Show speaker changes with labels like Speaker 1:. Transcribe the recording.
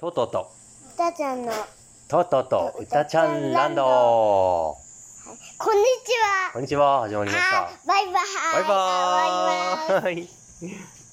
Speaker 1: ととと、
Speaker 2: たーちゃんの、はい、
Speaker 1: ととと、うたちゃんランド。
Speaker 2: こんにち
Speaker 1: こんにちは、始まりまし
Speaker 2: は。
Speaker 1: た
Speaker 2: あ。、バイバーイ。
Speaker 1: バイバ
Speaker 2: バイバーイ
Speaker 1: ーイ。